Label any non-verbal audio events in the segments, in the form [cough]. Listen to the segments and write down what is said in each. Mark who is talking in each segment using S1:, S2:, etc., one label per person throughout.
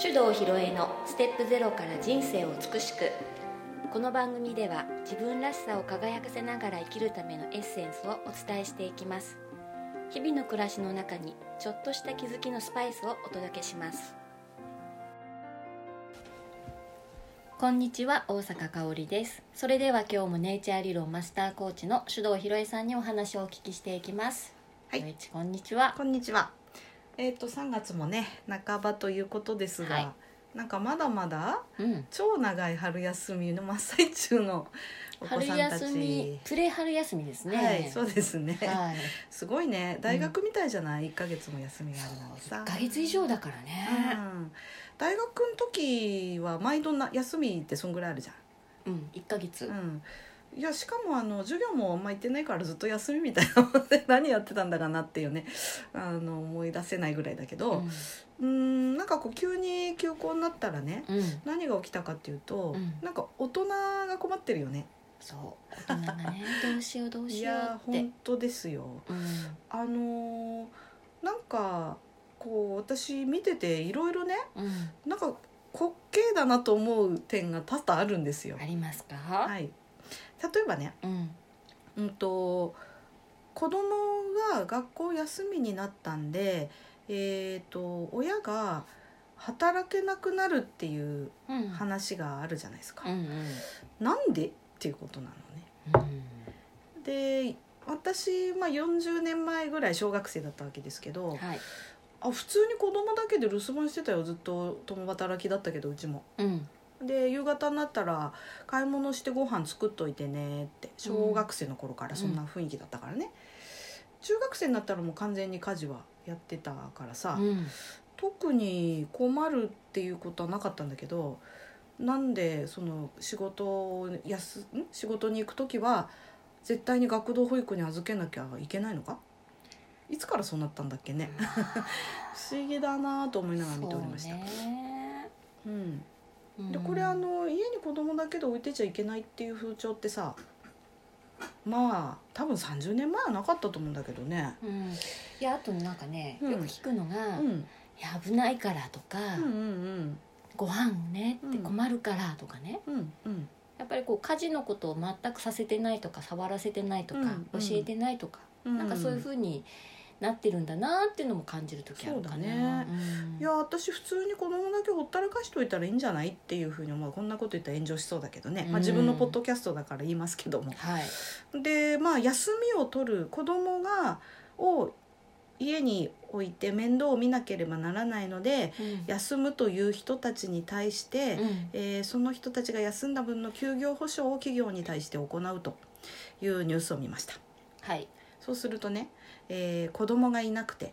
S1: 手動ひろえのステップゼロから人生を美しくこの番組では自分らしさを輝かせながら生きるためのエッセンスをお伝えしていきます日々の暮らしの中にちょっとした気づきのスパイスをお届けしますこんにちは大阪香織ですそれでは今日もネイチャー理論マスターコーチの手動ひろえさんにお話をお聞きしていきます
S2: はい
S1: ひろえちこんにちは
S2: こんにちは。えっ、と3月もね半ばということですが、
S1: はい
S2: なんかまだまだ
S1: うん
S2: 超長い春休みの真っ最中のお子
S1: 春
S2: さんた
S1: 休み
S2: ち。
S1: プレ春休みですね
S2: はい、そうですね。
S1: はい
S2: すごいね、大学みたいじゃない、一ヶ月も休みがあるなんて
S1: 1
S2: さ。
S1: ヶ月以上だから
S2: う
S1: ね
S2: ん大学の時は毎度な休みってそんぐらいあるじ
S1: うん1ヶ月
S2: ゃん。うん。いやしかもあの授業もあんま行ってないからずっと休みみたいなもんで何やってたんだかなっていうねあの思い出せないぐらいだけど、
S1: うん
S2: うーんなんかこう急に休校になったらね
S1: うん
S2: 何が起きたかっていうと、
S1: うん
S2: なんか大人が困ってるよね
S1: そう大人がねどうしようどう
S2: い
S1: しよ
S2: や
S1: うって
S2: 本当ですよ
S1: うん
S2: あのーなんかこう私見てていろいろね
S1: うん
S2: なんか滑稽だなと思う点が多々あるんですよ
S1: あ。りますか
S2: はい、例えばね、
S1: うん
S2: うん、と子供が学校休みになったんで、えー、と親が働けなくなるっていう
S1: うん
S2: 話があるじゃないですか
S1: う。んうん
S2: なんでっていうことなのね。
S1: うん
S2: で私、まあ、40年前ぐらい小学生だったわけですけど
S1: はい
S2: あ普通に子供だけで留守番してたよずっと共働きだったけどうちも。
S1: うん
S2: で夕方になったら「買い物してご飯作っといてね」って小学生の頃からそんな雰囲気だったからね。中学生になったらもう完全に家事はやってたからさ、
S1: うん
S2: 特に困るっていうことはなかったんだけどなんでその仕事を休ん仕事に行く時は絶対に学童保育に預けなきゃいけないのかいつからそうなったんだっ
S1: [laughs]
S2: けね不思議だなと思いながら見ておりました。う
S1: そうね
S2: ん、
S1: うん
S2: でこれあの家に子供だけで置いてちゃいけないっていう風潮ってさまあ多分30年前はなかったと思うんだけどね。
S1: うんいやあとなんかね
S2: うん
S1: よく聞くの
S2: う
S1: が
S2: ん、
S1: いや危ないからとか
S2: うんうん
S1: ご飯ねって
S2: うん
S1: 困るからとかね
S2: うんうんうん
S1: やっぱりこう家事のことを全くさせてないとか触らせてないとか、
S2: うん
S1: 教えてないとか、
S2: うん
S1: なんかそういうふうになってるんだなっていうのも感じる時あるかな。
S2: そうだね
S1: うん
S2: いや私普通に子供だけほったらかしといたらいいんじゃないっていうふうに思うこんなこと言ったら炎上しそうだけどね、
S1: う
S2: ま
S1: ん
S2: あ、自分のポッドキャストだから言いますけども。
S1: はい、
S2: でまあ休みを取る子供がを家に置いて面倒を見なければならないので
S1: うん
S2: 休むという人たちに対して、
S1: うん
S2: えーその人たちが休んだ分の休業保障を企業に対して行うというニュースを見ました。
S1: はい、
S2: そうするとね、えー子供がいなくて、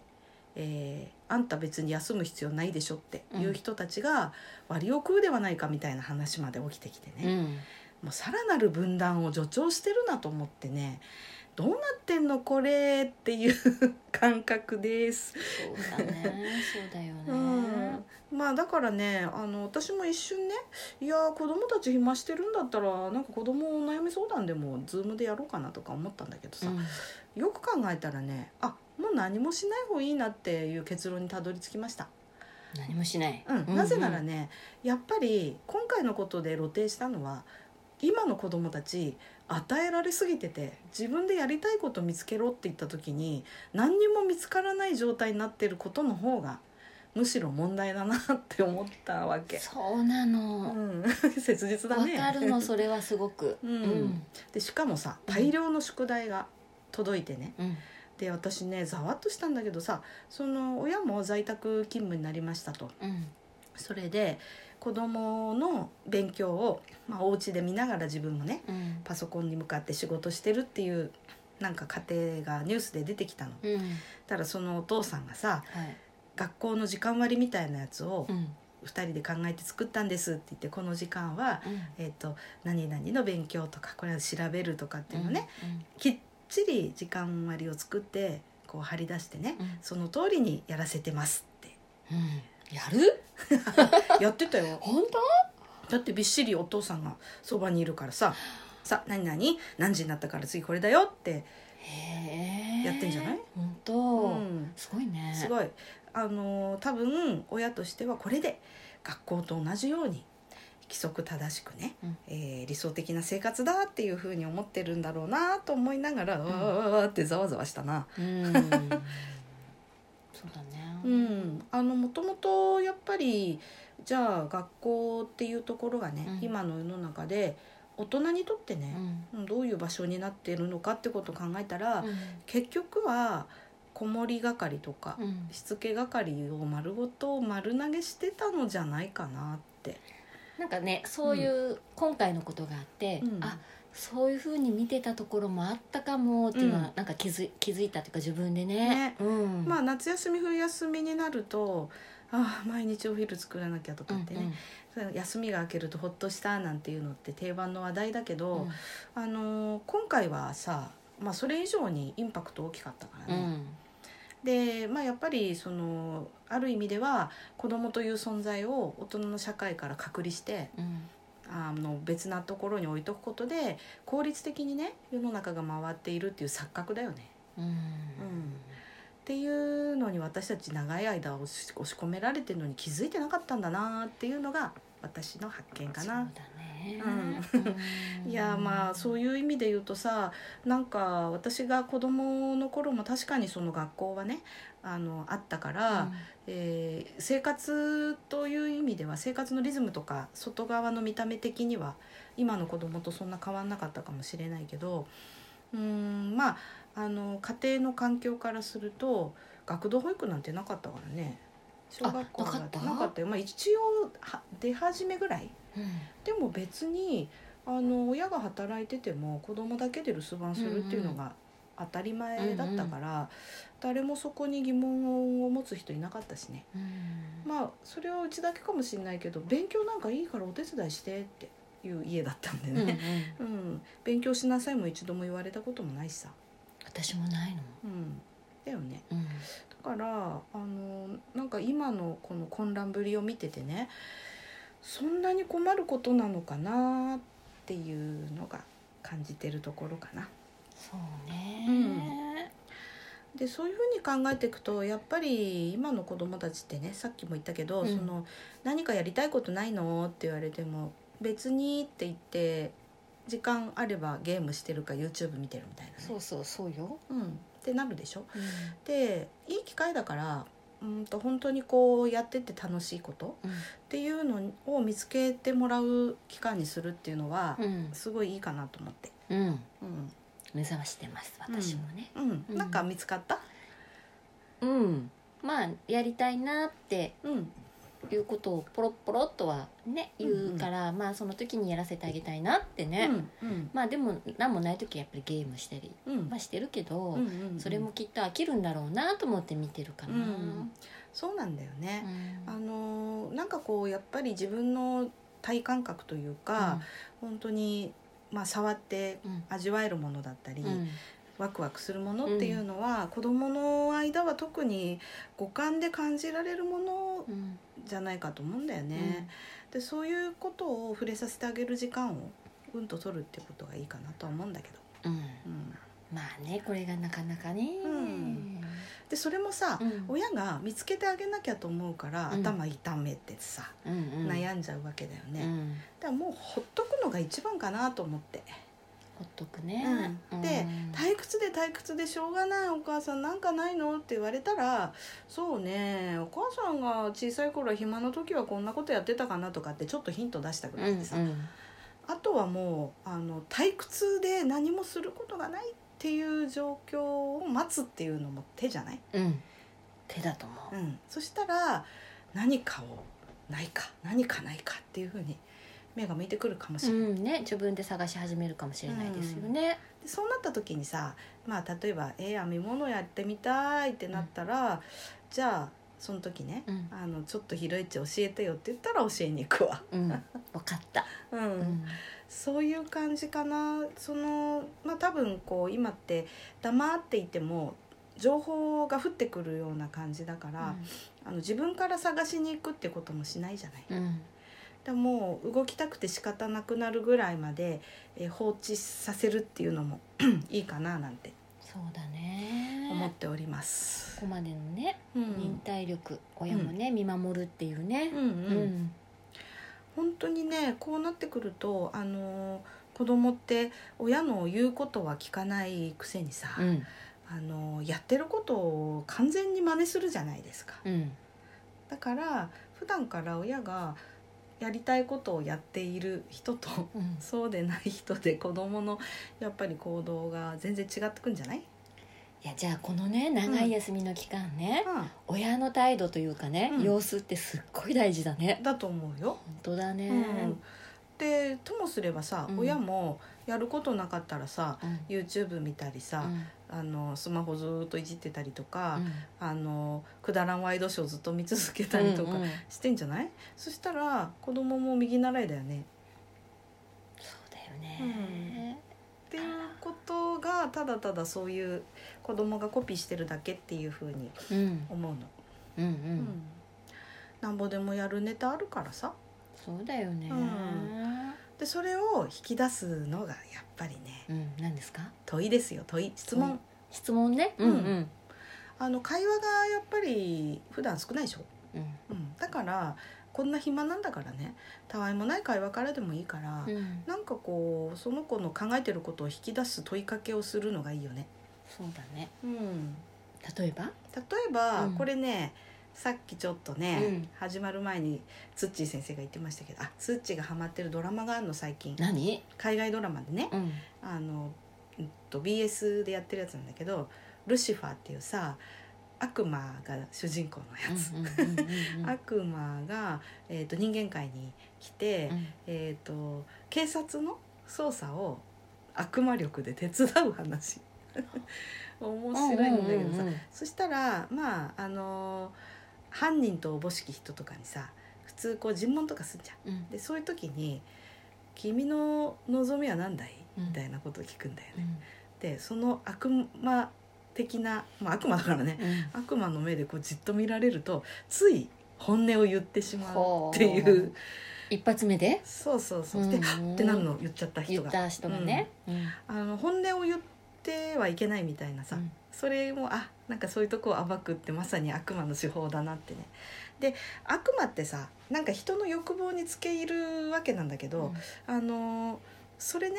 S2: えーあんた別に休む必要ないでしょっていう人たちが割を食うではないかみたいな話まで起きてきて
S1: う
S2: ね、
S1: ん
S2: もうさらなる分断を助長してるなと思ってねどうなってんのこれっていう [laughs] 感覚です。
S1: そうだねそうだよね、
S2: うんまあだからねあの私も一瞬ねいやー子供たち暇してるんだったらなんか子供お悩み相談でも Zoom でやろうかなとか思ったんだけどさ、
S1: うん
S2: よく考えたらねあもう何もしない方がいいなっていう結論にたどり着きました、
S1: 何もしない、
S2: うんなぜならねやっぱり今回のことで露呈したのは今の子供たち与えられすぎてて自分でやりたいこと見つけろって言った時に何にも見つからない状態になってることの方がむしろ問題だなって思ったわけ、
S1: そうな
S2: う
S1: の
S2: ん、 [laughs] 切実
S1: わ、
S2: だね、
S1: かるのそれはすごく
S2: うんでしかもさ大量の宿題が届いてね、
S1: うん
S2: で私ねざわっとしたんだけどさその親も在宅勤務になりましたと
S1: うん
S2: それで子供の勉強を、まあ、お家で見ながら自分もね
S1: うん
S2: パソコンに向かって仕事してるっていうなんか家庭がニュースで出てきたの
S1: うん
S2: たらそのお父さんがさ
S1: はい
S2: 学校の時間割みたいなやつを
S1: うん
S2: 2人で考えて作ったんですって言ってこの時間は、
S1: うん
S2: えー、と何々の勉強とかこれは調べるとかっていうのね、
S1: うん
S2: きっちり時間割を作ってこう張り出してね、
S1: うん
S2: その通りにやらせてますっ
S1: うんやる
S2: てやってたよ
S1: 本当
S2: だってびっしりお父さんがそばにいるからさ「さ何何何時になったから次これだよ」って、
S1: へえ
S2: やってんじゃない
S1: 本当、
S2: うん
S1: すごいね
S2: すごいあのー多分親としてはこれで学校と同じように規則正しくね、
S1: うん
S2: えー理想的な生活だっていうふうに思ってるんだろうなと思いながら、うわーわーってざわざわしたな。 [laughs]
S1: うん、そうだね
S2: うん、あのもともとやっぱりじゃあ学校っていうところがね、
S1: うん
S2: 今の世の中で大人にとって
S1: う
S2: ね、
S1: ん
S2: うんどういう場所になっているのかってことを考えたら、
S1: う
S2: 結局は子守係とか、
S1: ん
S2: しつけ係を丸ごと丸投げしてたのじゃないかなって。
S1: なんかねそういう今回のことがあって、
S2: うん
S1: あそういうふうに見てたところもあったかもっていうのは、
S2: う
S1: なんか気づい気づいたというか自分でね
S2: ね
S1: うん、
S2: まあ夏休み冬休みになるとああ毎日お昼作らなきゃと
S1: う
S2: か
S1: ん
S2: ってね、そう休みが明けるとほっとしたなんていうのって定番の話題だけ
S1: う
S2: ど、
S1: ん
S2: あのー今回はさ、まあ、それ以上にインパクト大きかったから
S1: う
S2: ね。
S1: ん
S2: で、まあ、やっぱりそのある意味では子供という存在を大人の社会から隔離して
S1: うん
S2: あの別なところに置いとくことで効率的にね世の中が回っているっていう錯覚だよね。
S1: うん
S2: っていうのに私たち長い間押し押し込められてるのに気づいてなかったんだなっていうのが私の発見かな。
S1: そうだね、
S2: いやまあそううんいう意味で言うとさなんか私が子供の頃も確かにその学校はねあのあったから、えー生活という意味では生活のリズムとか外側の見た目的には今の子供とそんな変わんなかったかもしれないけどうーんまああの家庭の環境からすると学童保育なんてなかったからね小学校
S1: あなかった
S2: なかったよ、まあ、一応は出始めぐらい
S1: うん
S2: でも別にあの親が働いてても子供だけで留守番するっていうのが当たり前だったから、誰もそこに疑問を持つ人いなかったしね
S1: うん
S2: まあそれはうちだけかもしれないけど勉強なんかいいからお手伝いしてっていう家だったんで
S1: うんうん
S2: ね、うん勉強しなさいも一度も言われたこともないしさ、
S1: 私もないの、
S2: うん、だよね
S1: うん
S2: だからあのなんか今のこの混乱ぶりを見ててねそんなに困ることなのかなっていうのが感じてるところかな。
S1: そうね、
S2: でそういうふうに考えていくとやっぱり今の子供たちってねさっきも言ったけど、
S1: うん
S2: その何かやりたいことないのって言われても別にって言って時間あればゲームしてるか YouTube 見てるみたいなね、
S1: そうそうそうよ、
S2: うん、ってなるでしょ
S1: うん
S2: でいい機会だからうんと本当にこうやってて楽しいことっていうのを見つけてもらう期間にするっていうのは
S1: うん
S2: すごいいいかなと思って。
S1: うん、
S2: うん、
S1: 目覚ましてます私もね、
S2: うん
S1: うん
S2: なんか見つかった、
S1: うんまあやりたいなって
S2: うん
S1: いうことをポロポロっとはね
S2: うん
S1: 言うから、まあその時にやらせてあげたいなってね、
S2: うん
S1: まあでも何もない時はやっぱりゲームしたり
S2: うん
S1: はしてるけど、
S2: うんうんうん
S1: それもきっと飽きるんだろうなと思って見てるかな、
S2: うんそうなんだよね、
S1: うん
S2: あのーなんかこうやっぱり自分の体感覚というか、本当にまあ触って
S1: うん
S2: 味わえるものだったり、
S1: うん
S2: ワクワクするものっていうのは、子供の間は特に五感で感じられるもの
S1: うん
S2: じゃないかと思うんだよね、でそういうことを触れさせてあげる時間をうんと取るってことがいいかなとは思うんだけど、
S1: うん
S2: うん、
S1: まあねこれがなかなかね、
S2: うんでそれもさ、
S1: うん
S2: 親が見つけてあげなきゃと思うから
S1: うん
S2: 頭痛めてさ、
S1: うんうん、
S2: 悩んじゃうわけだよね、
S1: う
S2: だか
S1: ん
S2: らもうほっとくのが一番かなと思って
S1: ほっとくね、
S2: うんで退屈で退屈でしょうがないお母さんなんかないのって言われたらそうねお母さんが小さい頃は暇な時はこんなことやってたかなとかってちょっとヒント出したぐ
S1: うん
S2: ら
S1: う
S2: い
S1: ん
S2: でさ、あとはもうあの退屈で何もすることがないっていう状況を待つっていうのも手じゃない
S1: うん、手だと思う、
S2: うん、そしたら何かをないか何かないかっていうふうに目が向いてくるかもしれ
S1: う
S2: ない、
S1: んね、自分で探し始めるかもしれないですよね。
S2: でそうなった時にさ、まあ、例えば「えー、編み物やってみたい」ってなったら、じゃあその時ね、
S1: うん
S2: あの「ちょっとひろいち教えてよ」って言ったら教えに行くわ、
S1: うん、わかった。
S2: うん
S1: うん、
S2: そういう感じかなそのまあ多分こう今って黙っていても情報が降ってくるような感じだから、あの自分から探しに行くってこともしないじゃない。
S1: うん、
S2: でもう動きたくて仕方なくなるぐらいま [clears throat] で、えー放置させるっていうのもいいかななんて
S1: そうだね。
S2: 思っ
S1: ね
S2: ております
S1: ここまでのね
S2: うん
S1: 忍耐力親もね、見守るっていうね
S2: うんう、ん
S1: うん
S2: 本当にねこうなってくるとあのー子供って親の言うことは聞かないくせにさ、
S1: うん
S2: あのーやってることを完全に真似するじゃないですか
S1: うん
S2: だから普段から親がやりたいことをやっている人と
S1: うん
S2: そうでない人で子供のやっぱり行動が全然違ってくんじゃない、
S1: いやじゃあこのね長い休みの期間ね、親の態度というかね、
S2: うん
S1: 様子ってすっごい大事だね
S2: だと思うよ。
S1: 本当だね、
S2: うんでともすればさ、
S1: うん
S2: 親もやることなかったらさ
S1: うん
S2: YouTube 見たり
S1: う
S2: さ、
S1: ん
S2: あのスマホずーっといじってたりとか、
S1: うん
S2: あのくだらんワイドショーずっと見続けたりとか
S1: うんうん
S2: してんじゃない、そしたら子供も右習いだよね。
S1: そうだよね、
S2: っていうことがただただそういう子供がコピーしてるだけっていうふうに
S1: うん、うん
S2: 思うの。
S1: うん
S2: うんなんぼでもやるネタあるからさ
S1: そうだよね、
S2: う
S1: うんん、
S2: でそれを引き出すのがやっぱりね
S1: 何ですか
S2: 問いですよ問い質問、
S1: 問質問ね
S2: うん
S1: うん
S2: あの会話がやっぱり普段少ないでしょ、
S1: うん
S2: うん、だからこんな暇なんだからねたわいもない会話からでもいいから、
S1: うん
S2: なんかこうその子の考えてることを引き出す問いかけをするのがいいよね。
S1: そうだね
S2: うん、
S1: 例えば
S2: 例えば、
S1: うん
S2: これねさっきちょっとね、
S1: うん
S2: 始まる前にツッチー先生が言ってましたけどあツッチーがハマってるドラマがあるの最近
S1: 何
S2: 海外ドラマでね
S1: うん
S2: あの、うんと、BS でやってるやつなんだけど「ルシファー」っていうさ悪魔が主人公のやつ、悪魔が、えー、と人間界に来て、えー、と警察の捜査を悪魔力で手伝
S1: [laughs]
S2: う話面白いんだけどさ、そしたらまああのー犯人とおぼしき人とかにさ普通こう尋問とかすんじゃん。でそういう時に「君の望みは何だい?」
S1: うん
S2: みたいなことを聞くんだよね。でその悪魔的な、まあ、悪魔だからね悪魔の目でこうじっと見られるとつい本音を言ってしまうっていう
S1: 一発目で
S2: そうそうそうで「
S1: うん
S2: はっ」ってなるの言っちゃった人
S1: 言
S2: が
S1: った人がね
S2: あの本音を言ってはいけないみたいなさ、それもあなんかそういうとこを暴くってまさに悪魔の手法だなってねで悪魔ってさなんか人の欲望につけ入るわけなんだけど、あのーそれね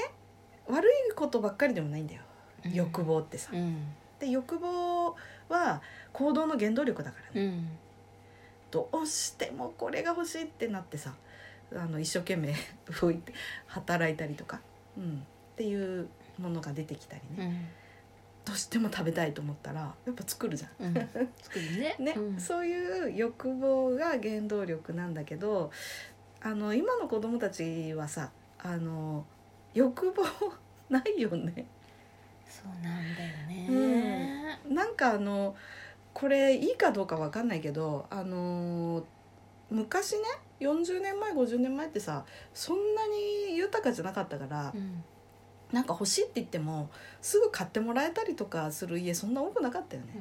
S2: 悪いことばっかりでもないんだよ、欲望ってさ、
S1: うん
S2: で欲望は行動の原動力だからね、
S1: うん
S2: どうしてもこれが欲しいってなってさあの一生懸命 [laughs] 動いて働いたりとか、うん、っていうものが出てきたりね、
S1: うん
S2: どうしても食べたいと思ったらやっぱ作るじゃん。
S1: [laughs] うん作るね
S2: ね
S1: うん
S2: そういう欲望が原動力なんだけどあの今の子供たちはさあの欲望ないよね
S1: そうなんだよね
S2: なんかあのこれいいかどうかわかんないけどあの昔ね40年前50年前ってさそんなに豊かじゃなかったから、
S1: うん
S2: なんか欲しいって言ってもすぐ買ってもらえたりとかする家そんな多くなかったよね。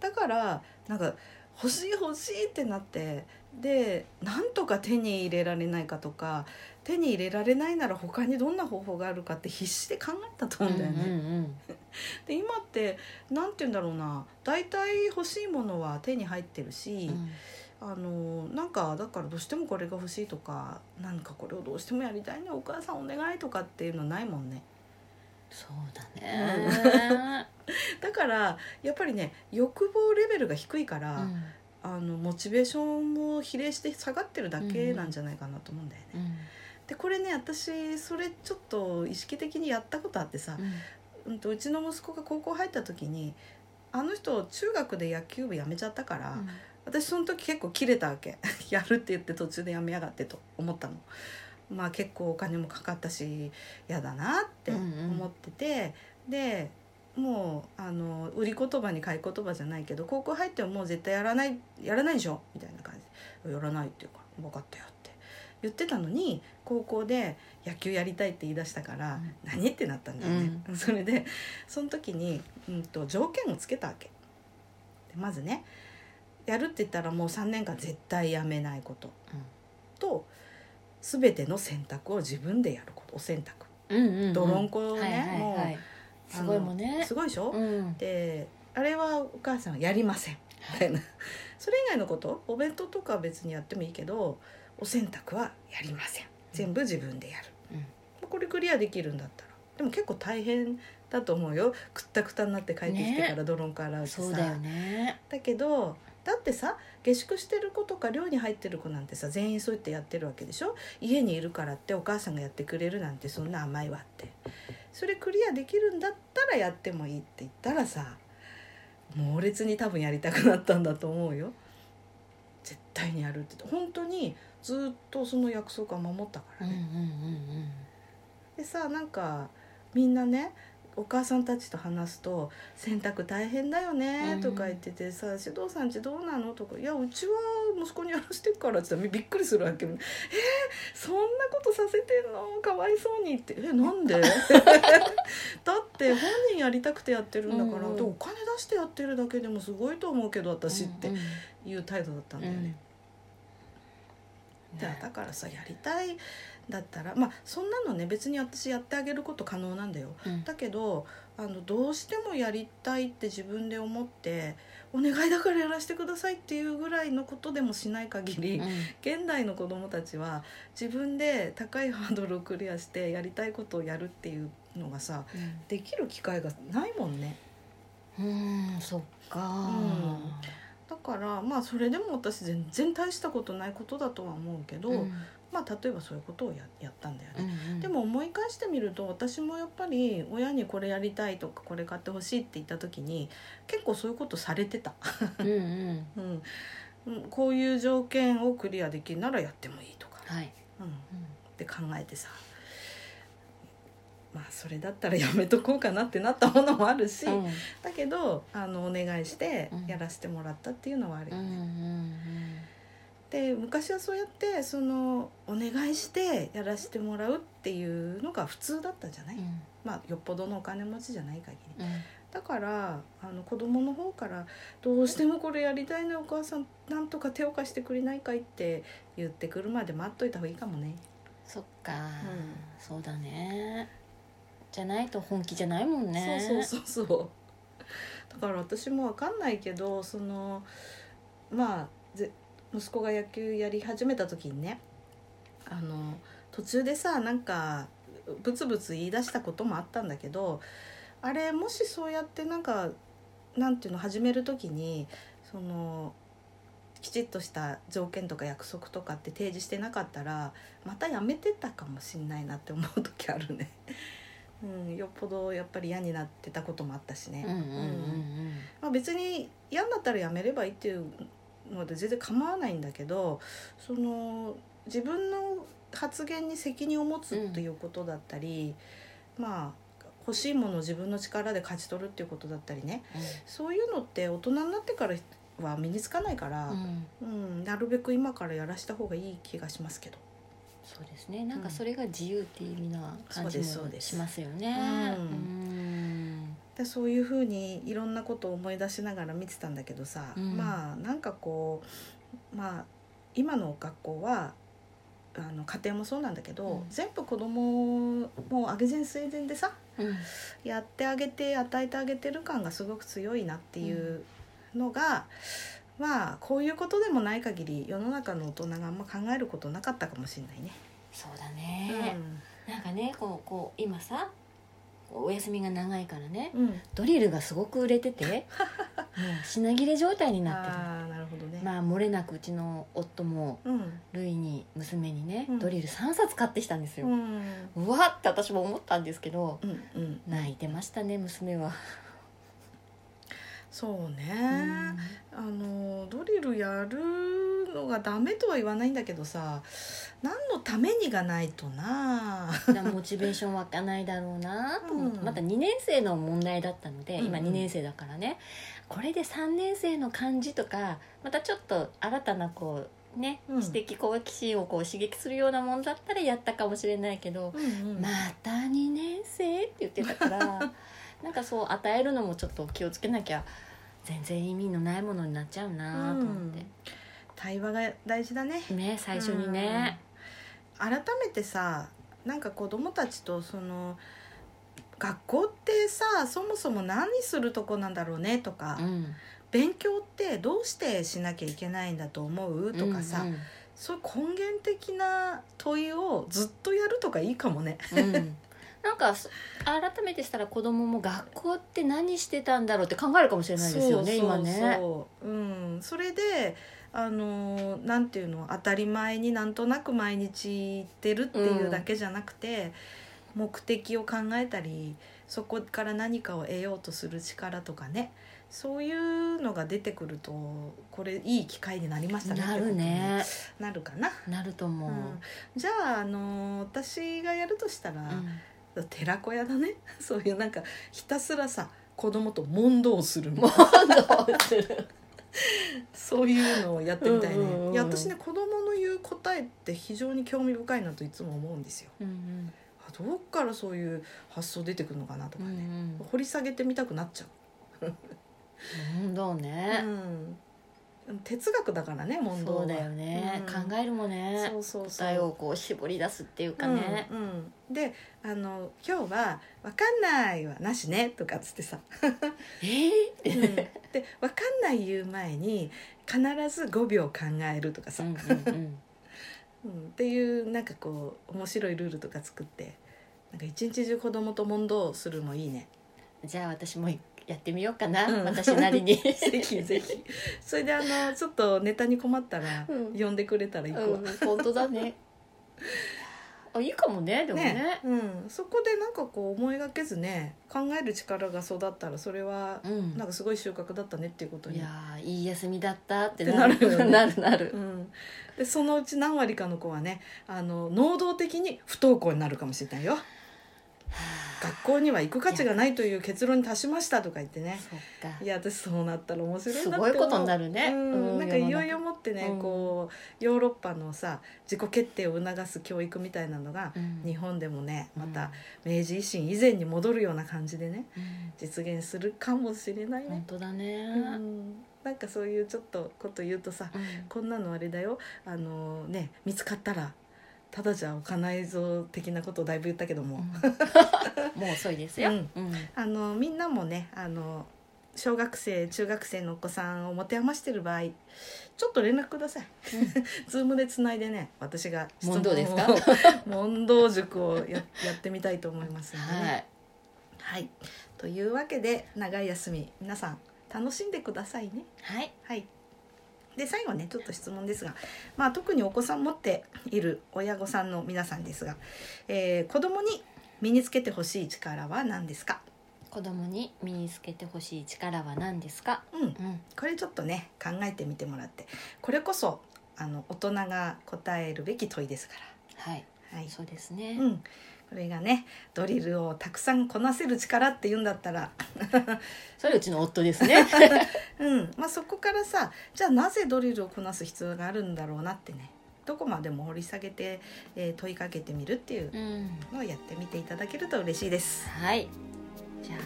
S2: だからなんか欲しい欲しいってなってでなんとか手に入れられないかとか手に入れられないなら他にどんな方法があるかって必死で考えたと
S1: うん
S2: 思うんだよね。
S1: うん
S2: で今ってなんて言うんだろうな大体欲しいものは手に入ってるし、
S1: うん
S2: あのなんかだからどうしてもこれが欲しいとかなんかこれをどうしてもやりたいねお母さんお願いとかっていうのないもんね。
S1: そうだね
S2: だからやっぱりね欲望レベルが低いから。
S1: うん
S2: あのモチベーションも比例して下がってるだけなんじゃないかなと思うんだよね。
S1: うん
S2: でこれね私それちょっと意識的にやったことあってさ、
S1: うん
S2: うん、とうちの息子が高校入った時にあの人中学で野球部辞めちゃったから、私その時結構切れたわけ [laughs] やるって言って途中で辞めやがってと思ったの。まあ結構お金もかかったし嫌だなって思ってて、でもうあの売り言葉に買い言葉じゃないけど高校入ってももう絶対やらないやらないでしょみたいな感じで「やらない」っていうから「分かったよ」って言ってたのに高校で野球やりたいって言い出したから
S1: うん
S2: 「何?」ってなったんだよね。 [laughs] それでその時に、うん、と条件をつけたわけ。でまずねやるって言ったらもう3年間絶対やめないことと全ての選択を自分でやることお選択
S1: うんうんうん
S2: ドロンコをね、
S1: はいはいはい
S2: も
S1: すごいもん
S2: う
S1: ね
S2: すごいでしょ、
S1: うん
S2: であれはお母さんはやりませんみたいなそれ以外のことお弁当とかは別にやってもいいけどお洗濯はやりません全部自分でやる、これクリアできるんだったらでも結構大変だと思うよくったくたになって帰ってきてから泥んから洗うしさ、
S1: そうだよね
S2: だけどだってさ下宿してる子とか寮に入ってる子なんてさ全員そうやってやってるわけでしょ家にいるからってお母さんがやってくれるなんてそんな甘いわってそれクリアできるんだったらやってもいいって言ったらさ猛烈に多分やりたくなったんだと思うよ絶対にやるって言って本当にずっとその約束は守ったから
S1: うんうん
S2: ね、
S1: うんうん
S2: でさなんかみんなねお母さんたちと話すと「洗濯大変だよね」とか言っててさ「指導さんちどうなの?」とか「いやうちは息子にやらしてるから」って言ったらびっくりするわけ「えー、そんなことさせてんのかわいそうに」って「えな
S1: [laughs]
S2: んで? 」だって本人やりたくてやってるんだから、
S1: うんうん
S2: でお金出してやってるだけでもすごいと思うけど私って
S1: うん
S2: いう態度だったんだよね。
S1: うん
S2: だだからさやりたいんだったらまあそんなのね別に私やってあげること可能なんだよ
S1: うん
S2: だけどあのどうしてもやりたいって自分で思ってお願いだからやらせてくださいっていうぐらいのことでもしない限り、
S1: うん
S2: 現代の子どもたちは自分で高いハードルをクリアしてやりたいことをやるっていうのがさできる機会がないもんね
S1: うん、うん、そっか、
S2: だからまあそれでも私全然大したことないことだとは思うけど、
S1: うん
S2: まあ例えばそういうことをややったんだよね。
S1: うん
S2: でも思い返してみると私もやっぱり親にこれやりたいとかこれ買ってほしいって言った時に結構そういうことされてた、
S1: うんうん
S2: うん、うんこういう条件をクリアできるならやってもいいとか、
S1: はい、
S2: うん、っ
S1: うん
S2: て考えてさまあそれだったらやめとこうかなってなったものもあるし、
S1: うん
S2: だけどあのお願いして
S1: うん
S2: やらせてもらったっていうのはある
S1: う
S2: よ
S1: ん
S2: ね。
S1: うん
S2: で昔はそうやってそのお願いしてやらせてもらうっていうのが普通だったじゃない、
S1: うんうん
S2: まあ、よっぽどのお金持ちじゃない限り
S1: うん
S2: だからあの子供の方から「どうしてもこれやりたいねお母さんなんとか手を貸してくれないかい?」って言ってくるまで待っといた方がいいかもね
S1: そっか、
S2: ん
S1: そうだねじゃないと本気じゃないもんね
S2: そうそうそうそうだから私も分かんないけどそのまあぜ息子が野球やり始めた時にねあの途中でさなんかブツブツ言い出したこともあったんだけどあれもしそうやってなんかなんていうの始める時にそのきちっとした条件とか約束とかって提示してなかったらまたやめてたかもしんないなって思う時あるね。うん、よっぽどやっぱり嫌になってたこともあったしね、
S1: うんうんうん
S2: まあ、別に嫌になったらやめればいいっていうので全然構わないんだけどその自分の発言に責任を持つっていうことだったり、まあ欲しいものを自分の力で勝ち取るっていうことだったりねそういうのって大人になってからは身につかないから、
S1: うん、うん、
S2: うん、なるべく今からやらした方がいい気がしますけど。
S1: そうですねなんかそれが自由っていう意味な感じも
S2: そうですそうです
S1: しますよね
S2: うん
S1: うん
S2: でそういうふうにいろんなことを思い出しながら見てたんだけどさ、
S1: うん
S2: まあなんかこうまあ今の学校はあの家庭もそうなんだけど、
S1: うん
S2: 全部子供もあげ前水前でさ
S1: うん
S2: やってあげて与えてあげてる感がすごく強いなっていうのが、まあこういうことでもない限り世の中の大人があんま考えることなかったかもしれないね。
S1: そうだね、なんかねこうこう今さこうお休みが長いからね
S2: うん、うん、
S1: ドリルがすごく売れて
S2: [laughs]
S1: てもう品切れ状態になって
S2: ああなるほどね。
S1: るまあ漏れなくうちの夫も
S2: うん、
S1: ルイに娘にね、
S2: うん
S1: ドリル3冊買ってきたんです
S2: う
S1: よ、
S2: ん、
S1: うわって私も思ったんですけど
S2: うん、うん、
S1: 泣いてましたね娘は、
S2: そうね。あのドリルやるのがダメとは言わないんだけどさ何のためにがないとな
S1: うんだからモチベーション湧かないだろうなと思って、
S2: うん
S1: また2年生の問題だったので、
S2: うんうん
S1: 今2年生だからねこれで3年生の感じとかまたちょっと新たなこうね、
S2: うん
S1: 知的好奇心をこう刺激するようなもんだったらやったかもしれないけど、また2年生って言ってたから [laughs] なんかそう与えるのもちょっと気をつけなきゃ全然意味のないものになっちゃうなと思って、
S2: 対話が大事だね
S1: ね最初にね、
S2: うん改めてさなんか子供たちとその学校ってさそもそも何するとこなんだろうねとか、
S1: うん
S2: 勉強ってどうしてしなきゃいけないんだと思うとかさ、
S1: うん
S2: そういう根源的な問いをずっとやるとかいいかもね。
S1: うんうん [laughs] なんかそ改めてしたら子供も学校って何してたんだろうって考えるかもしれないですよね
S2: そうそ
S1: 今
S2: う
S1: ね。
S2: そう、うん、それであのーなんていうの当たり前になんとなく毎日行ってるっていうだけじゃなくて、目的を考えたりそこから何かを得ようとする力とかねそういうのが出てくるとこれいい機会になりましたね
S1: なるね
S2: ってことになるかな、
S1: なると思う。
S2: うんじゃあ、あのー私がやるとしたら、
S1: うん
S2: 寺子屋だね [laughs] そういうなんかひたすらさ子供と問答す
S1: [laughs]
S2: るみたいな
S1: もうどうする
S2: そういうのをやってみたいね。
S1: うんうんうん
S2: いや私ね子供の言う答えって非常に興味深いなといつも思うんですよ。
S1: うん
S2: あどこからそういう発想出てくるのかなと
S1: う
S2: か
S1: んうん
S2: ね、
S1: うん
S2: 掘り下げてみたくなっちゃう。
S1: 問答ね、
S2: うん、哲学だからね問答は
S1: そうだよね、
S2: うん
S1: 考えるもね
S2: そうそうそう
S1: 答えをこう絞り出すっていうかね、
S2: うんうん、であの「今日は分かんないはなしね」とかっつってさ、
S1: え
S2: う
S1: え
S2: んで分かんない言う前に必ず5秒考えるとかさ、
S1: うんうんうん
S2: うん、っていうなんかこう面白いルールとか作ってなんか一日中子供と問答するもいいね
S1: じゃあ私もやってみようかな、
S2: うん
S1: 私なりに
S2: [laughs] ぜひ
S1: [laughs]
S2: ぜひそれであのちょっとネタに困ったら
S1: うん
S2: 呼んでくれたら行こう、
S1: うん本当だ
S2: [laughs]
S1: ねあいいかもねでもね
S2: ねうん、そこでなんかこう思いがけずね考える力が育ったらそれは
S1: うん
S2: なんかすごい収穫だったねっていうこと
S1: い
S2: に、
S1: や
S2: う
S1: ーいい休みだったって
S2: って
S1: なる
S2: なるよね
S1: なるな
S2: [laughs]
S1: る
S2: ん、でそのうち何割かの子はねあの能動的に不登校になるかもしれないよ学校には行く価値がないという結論に達しましたとか言ってね
S1: そっか
S2: いや私そうなったら面白いなって思う
S1: すごいことになるね
S2: うん
S1: うん
S2: なんかいよいよもって
S1: 世の
S2: ね
S1: 中
S2: こうヨーロッパのさ自己決定を促す教育みたいなのが
S1: うん
S2: 日本でもねまた明治維新以前に戻るような感じでね
S1: うん
S2: 実現するかもしれない
S1: 本
S2: ね、
S1: 当だね、
S2: うんなんかそういうちょっとこと言うとさ
S1: うん
S2: こんなのあれだよあのね見つかったらただじゃおかないぞ的なことをだいぶ言ったけども、
S1: うんもう遅いですよ。
S2: う
S1: うんん
S2: あのみんなもねあの小学生中学生のお子さんを持て余してる場合ちょっと連絡ください、 [laughs] ズームでつないでね私が質問を
S1: 問答ですか
S2: 問答塾をや [laughs] やってみたいと思いますのでね、
S1: は
S2: はい
S1: い。
S2: というわけで長い休み皆さん楽しんでくださいね
S1: はい。
S2: はいで最後ねちょっと質問ですが、まあ、特にお子さん持っている親御さんの皆さんですが、えー子供に身につけてほしい力は何ですか
S1: 子供に身につけてほしい力は何ですか。
S2: うん
S1: うん。
S2: これちょっとね考えてみてもらってこれこそあの大人が答えるべき問いですか
S1: はい。
S2: ら、はい
S1: そうですね。
S2: うん、これがねドリルをたくさんこなせる力っていうんだったら、
S1: それうちの夫ですね。
S2: うんまあ、そこからさじゃあなぜドリルをこなす必要があるんだろうなってねどこまでも掘り下げて、えー問いかけてみるってい
S1: [laughs]
S2: う
S1: うん。
S2: のをやってみていただけると嬉しいです。
S1: はい。じゃあ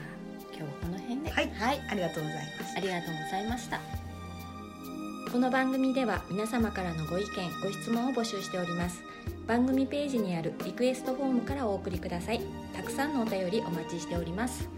S1: 今日はこの辺で。
S2: はい
S1: はい。
S2: ありがとうございます
S1: ありがとうございました。
S3: この番組では皆様からのご意見ご質問を募集しております番組ページにあるリクエストフォームからお送りくださいたくさんのお便りお待ちしております